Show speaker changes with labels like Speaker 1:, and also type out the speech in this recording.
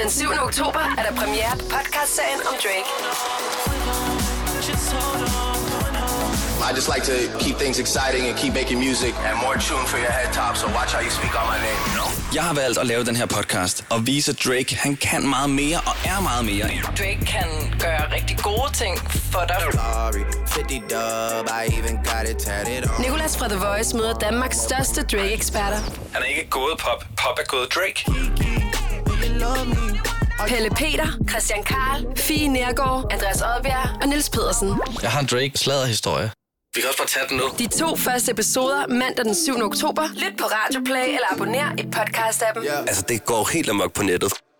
Speaker 1: Den 7. oktober er der premiere på podcastserien om Drake.
Speaker 2: I just like to keep things exciting and keep making music. And more tune for your head top, so watch how you speak on my name. You know?
Speaker 3: Jeg har valgt at lave den her podcast og vise at Drake, han kan meget mere og er meget mere.
Speaker 1: Drake kan gøre rigtig gode ting for dig.
Speaker 4: Sorry, 50 dub, I even got it tatted on.
Speaker 1: Nicolas fra The Voice møder Danmarks største Drake-eksperter.
Speaker 5: Han er ikke gået pop. Pop er gået Drake.
Speaker 1: Pelle Peter, Christian Karl, Fie Nergård, Andreas Odbjerg og Niels Pedersen.
Speaker 3: Jeg har en Drake sladderhistorie. Vi kan også bare tage den nu.
Speaker 1: De to første episoder mandag den 7. oktober. Lyt på Radio Play eller abonner i podcast-appen.
Speaker 3: Altså, det går helt amok på nettet.